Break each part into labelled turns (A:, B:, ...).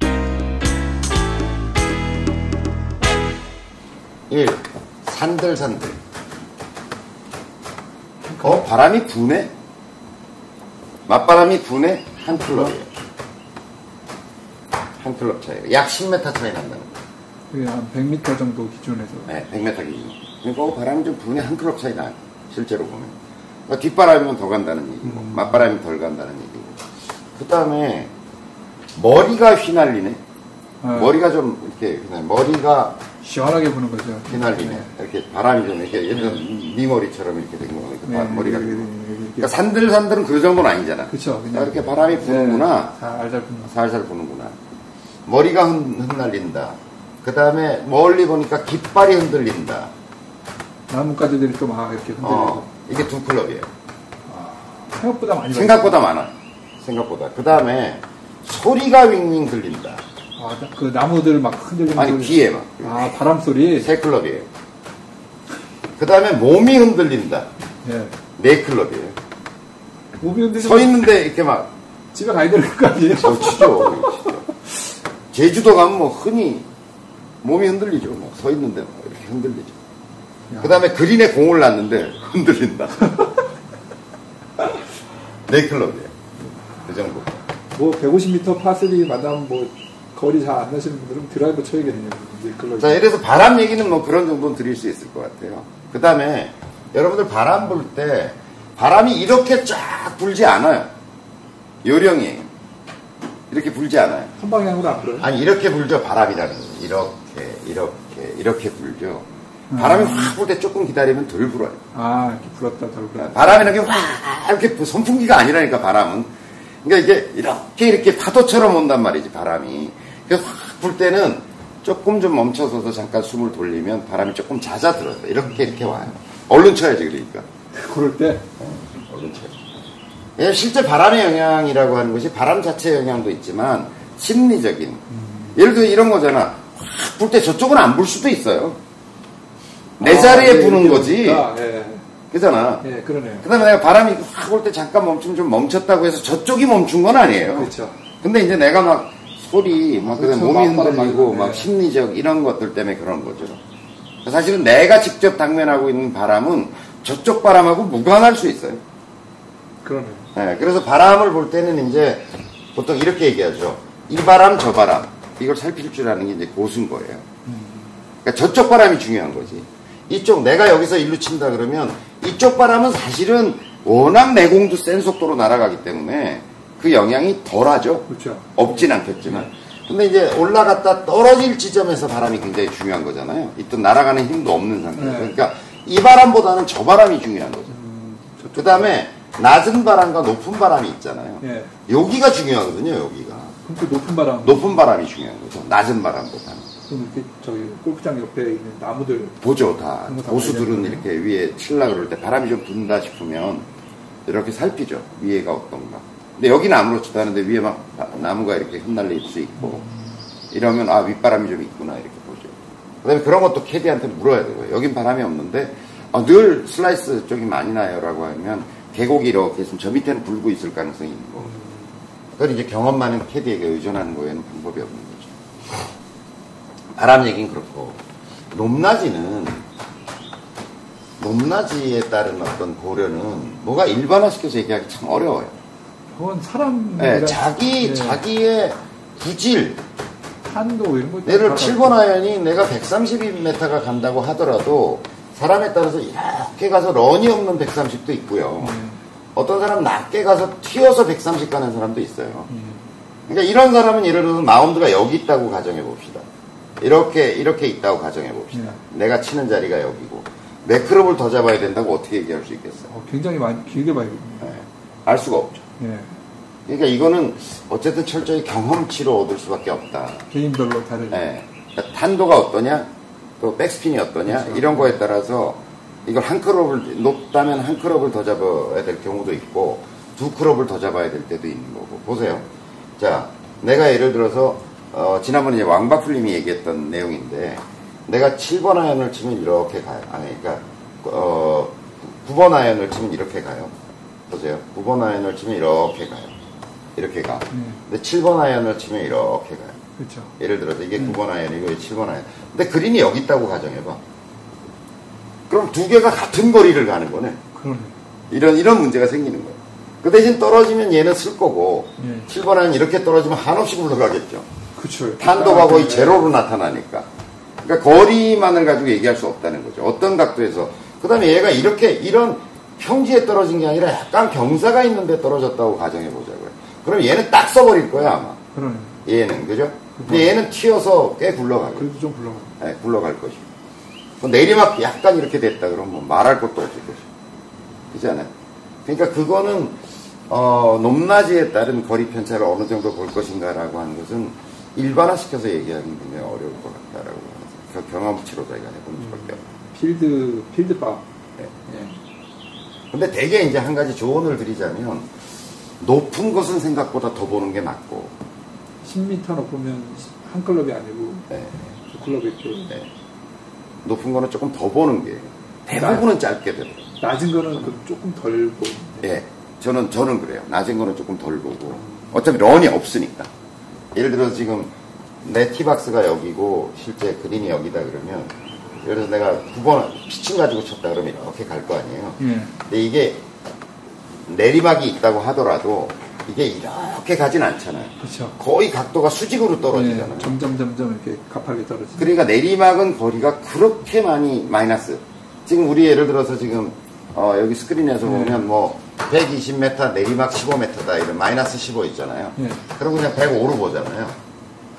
A: 1. 예, 산들산들. 어, 바람이 부네? 맞바람이 부네? 한 클럽이에요. 한 클럽 차이가. 약 10m 차이 난다는 거예요.
B: 그게 한 100m 정도 기준에서
A: 네, 100m 기준. 그러니까 어, 바람이 좀 부네? 한 클럽 차이 나. 실제로 보면. 그러니까 뒷바람이면 더 간다는 얘기고, 맞바람이 덜 간다는 얘기고. 그 다음에, 머리가 휘날리네?
B: 아,
A: 머리가 좀, 이렇게, 그냥 머리가
B: 시원하게 부는 거죠.
A: 휘날리네. 이렇게 바람이 좀 이렇게 예를 들어 네 머리처럼 이렇게 된 거.
B: 네.
A: 이렇게 바- 머리가.
B: 이렇게,
A: 그러니까
B: 이렇게, 이렇게.
A: 산들산들은 그 정도는 아니잖아.
B: 그쵸, 그냥.
A: 아, 이렇게 바람이 부는구나.
B: 네, 다 알잘 부는 거.
A: 살살 부는구나. 머리가 흔, 흩날린다. 그 다음에 멀리 보니까 깃발이 흔들린다.
B: 나뭇가지들이 또 막 이렇게 흔들리고.
A: 어, 이게 두 클럽이에요.
B: 생각보다 많이
A: 생각보다 많아. 생각보다. 그 다음에 소리가 윙윙 들린다.
B: 봤어요. 아, 나- 그 나무들 막 흔들리는
A: 아니,
B: 소리.
A: 귀에 막.
B: 아, 바람 소리.
A: 세 클럽이에요. 그 다음에 몸이 흔들린다.
B: 예.
A: 네 클럽이에요.
B: 뭐 몸이 흔들리면
A: 서 있는데 이렇게 막
B: 뭐 집에 가야 되는 거 아니에요?
A: 저 치죠. 제주도 가면 뭐 흔히 몸이 흔들리죠. 뭐 서 있는데 막 이렇게 흔들리죠. 그 다음에 그린에 공을 놨는데 흔들린다. 네 클럽이에요. 그 정도.
B: 뭐 150m 파3 만나면 뭐 거리 잘 안 나시는 분들은 드라이버 쳐야겠네요. 이제 글로.
A: 자, 예. 이래서 바람 얘기는 뭐 그런 정도는 드릴 수 있을 것 같아요. 그 다음에 여러분들 바람 불 때 바람이 이렇게 쫙 불지 않아요. 요령이에요. 이렇게 불지 않아요.
B: 한 방향으로 안 불어요?
A: 아니 이렇게 불죠 바람이라는 건 이렇게 이렇게 이렇게 불죠 바람이 확 불 때 조금 기다리면 덜 불어요
B: 아, 이렇게 불었다 덜 불었다.
A: 바람이라는 게 확 이렇게 부- 선풍기가 아니라니까 바람은 그러니까 이게 이렇게 이렇게 파도처럼 온단 말이지 바람이 그래서 확 불 때는 조금 좀 멈춰서서 잠깐 숨을 돌리면 바람이 조금 잦아들어요 이렇게 이렇게 와요 얼른 쳐야지 그러니까
B: 그럴 때
A: 얼른 쳐야지 왜냐면 예, 실제 바람의 영향이라고 하는 것이 바람 자체의 영향도 있지만 심리적인
B: 음.
A: 예를 들어 이런 거잖아 확 불 때 저쪽은 안 불 수도 있어요 내
B: 아,
A: 자리에
B: 예,
A: 부는
B: 이렇게
A: 거지
B: 보니까, 예.
A: 그잖아
B: 예, 그러네요.
A: 그 다음에 내가 바람이 확 올 때 잠깐 멈춤 좀 멈췄다고 해서 저쪽이 멈춘 건 아니에요
B: 그렇죠.
A: 근데 이제 내가 막 소리 막 그다음에
B: 그렇죠.
A: 몸이
B: 막
A: 흔들리고
B: 바람
A: 막
B: 네.
A: 심리적 이런 것들 때문에 그런 거죠 사실은 내가 직접 당면하고 있는 바람은 저쪽 바람하고 무관할 수 있어요
B: 그러네요.
A: 예, 그래서 바람을 볼 때는 이제 보통 이렇게 얘기하죠. 이 바람, 저 바람. 이걸 살필 줄 아는 게 이제 고수인 거예요. 그러니까 저쪽 바람이 중요한 거지. 이쪽, 내가 여기서 일로 친다 그러면 이쪽 바람은 사실은 워낙 내공도 센 속도로 날아가기 때문에 그 영향이 덜 하죠.
B: 그렇죠.
A: 없진 않겠지만. 근데 이제 올라갔다 떨어질 지점에서 바람이 굉장히 중요한 거잖아요. 이또 날아가는 힘도 없는 상태.
B: 네.
A: 그러니까 이 바람보다는 저 바람이 중요한 거죠. 그 다음에 낮은 바람과 높은 바람이 있잖아요.
B: 예.
A: 여기가 중요하거든요, 여기가.
B: 그럼 그 높은 바람.
A: 높은 바람이 중요한 거죠. 낮은 바람보다는.
B: 그럼 이렇게 저기 골프장 옆에 있는 나무들
A: 보죠, 다.
B: 그런 거다
A: 고수들은
B: 알려줘요.
A: 이렇게 위에 칠라 그럴 때 바람이 좀 분다 싶으면 이렇게 살피죠. 위에가 어떤가. 근데 여기는 아무렇지도 않은데 위에 막 나무가 이렇게 흩날릴 수 있고 이러면 아, 윗바람이 좀 있구나 이렇게 보죠. 그 다음에 그런 것도 캐디한테 물어야 되고요. 여긴 바람이 없는데 아, 늘 슬라이스 쪽이 많이 나요 라고 하면 계곡이 이렇게 있으면 저 밑에는 불고 있을 가능성이 있는 거고. 그걸 이제 경험 많은 캐디에게 의존하는 거에는 방법이 없는 거죠. 바람 얘기는 그렇고 높낮이는 높낮이에 따른 어떤 고려는 뭐가 일반화시켜서 얘기하기 참 어려워요.
B: 그건 사람
A: 예, 자기
B: 예.
A: 자기의 구질
B: 산도 이런 거
A: 예를
B: 다
A: 7번 아연이 내가 132m가 간다고 하더라도 사람에 따라서 이렇게 가서 런이 없는 130도 있고요.
B: 예,
A: 어떤 사람 낮게 가서 튀어서 130 가는 사람도 있어요. 그러니까 이런 사람은 예를 들어서 마운드가 여기 있다고 가정해 봅시다. 이렇게 이렇게 있다고 가정해 봅시다. 내가 치는 자리가 여기고 매크롭을 더 잡아야 된다고 어떻게 얘기할 수 있겠어요?
B: 어, 굉장히 많이 길게 봐야겠네요.
A: 예, 알 수가 없죠.
B: 예.
A: 그러니까 이거는 어쨌든 철저히 경험치로 얻을 수밖에 없다.
B: 개인별로 다르게.
A: 예. 그러니까 탄도가 어떠냐, 또 백스핀이 어떠냐, 이런 거에 따라서 이걸 한 크롭을, 높다면 한 크롭을 더 잡아야 될 경우도 있고, 두 크롭을 더 잡아야 될 때도 있는 거고. 보세요. 자, 내가 예를 들어서, 어, 지난번에 이제 왕바풀님이 얘기했던 내용인데, 내가 7번 아연을 치면 이렇게 가요. 아니, 그러니까, 어, 9번 아연을 치면 이렇게 가요. 보세요. 9번 아연을 치면 이렇게 가요. 이렇게 가. 근데 7번 아연을 치면 이렇게 가요.
B: 예, 그렇죠.
A: 예를 들어서 이게 9번 아이언이고 7번 아이언. 근데 그린이 여기 있다고 가정해봐. 그럼 두 개가 같은 거리를 가는 거네.
C: 그러네.
A: 이런 이런 문제가 생기는 거예요. 그 대신 떨어지면 얘는 쓸 거고
C: 예.
A: 7번은 이렇게 떨어지면 한없이 굴러가겠죠.
B: 그쵸.
A: 탄도가 거의 제로로 나타나니까. 그러니까 거리만을 가지고 얘기할 수 없다는 거죠. 어떤 각도에서. 그 다음에 얘가 이렇게, 이런 평지에 떨어진 게 아니라 약간 경사가 있는데 떨어졌다고 가정해보자고요. 그럼 얘는 딱 써버릴 거야, 아마.
C: 그러네.
A: 얘는, 그죠? 근데 얘는 튀어서 꽤 굴러가고,
B: 그래도 좀 불러가.
A: 네, 굴러갈 것이고. 뭐 내리막 약간 이렇게 됐다 그러면 뭐 말할 것도 없을 것이고. 그지 않아요? 그러니까 그거는, 어, 높낮이에 따른 거리 편차를 어느 정도 볼 것인가라고 하는 것은 일반화시켜서 얘기하기는 굉장히 어려울 것 같다라고 하는 경험치로 저희가 해보는 수밖에 없어요.
B: 필드, 예, 필드바.
A: 근데 대개 이제 한 가지 조언을 드리자면 높은 것은 생각보다 더 보는 게 낫고
B: 10m 높으면 한 클럽이 아니고
A: 네.
B: 두 클럽이 있고.
A: 네. 높은 거는 조금 더 보는 게 대부분은 짧게 되고
B: 낮은 거는 그 조금 덜 보이는데.
A: 예, 저는 저는 그래요. 낮은 거는 조금 덜 보고 어차피 런이 없으니까. 예를 들어 서 지금 내 티박스가 여기고 실제 그린이 여기다 그러면 예를 들어 서 내가 9번 피칭 가지고 쳤다 그러면 이렇게 갈 거 아니에요.
C: 예.
A: 근데 이게 내리막이 있다고 하더라도 이게 이렇게 가진 않잖아요.
C: 그렇죠.
A: 거의 각도가 수직으로 떨어지잖아요.
C: 예.
B: 점점, 점점 이렇게 가파르게 떨어지는.
A: 그러니까 내리막은 거리가 그렇게 많이 마이너스. 지금 우리 예를 들어서 지금 어, 여기 스크린에서
C: 네.
A: 보면 뭐 120m 내리막 15m다 이런 마이너스 15 있잖아요.
C: 예.
A: 그럼 그냥 105로 보잖아요.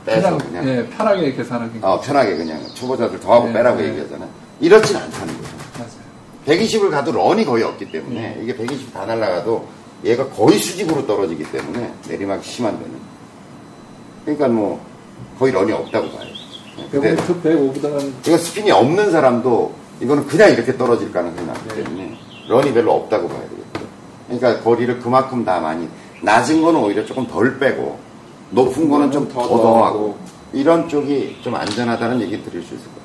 A: 빼서
C: 그냥,
A: 그냥
C: 예, 편하게 계산하기.
A: 어, 편하게 그냥 초보자들 더하고
C: 네,
A: 빼라고
C: 네.
A: 얘기하잖아요. 이렇진 않다는 거죠.
C: 맞아요.
A: 120을 가도 런이 거의 없기
C: 네.
A: 때문에 이게 120 다 날라가도 얘가 거의 수직으로 떨어지기 때문에 내리막이 심한 데는 그러니까 뭐 거의 런이 없다고 봐요. 네, 근데
B: 105, 105보다는
A: 이거 그러니까 스핀이 없는 사람도 이거는 그냥 이렇게 떨어질 가능성이 낮기 때문에 런이 별로 없다고 봐야 되겠죠. 그러니까 거리를 그만큼 다 많이 낮은 거는 오히려 조금 덜 빼고 높은 거는 좀 더
B: 더
A: 더하고
B: 더하고.
A: 이런 쪽이 좀 안전하다는 얘기 드릴 수 있을 것 같아요.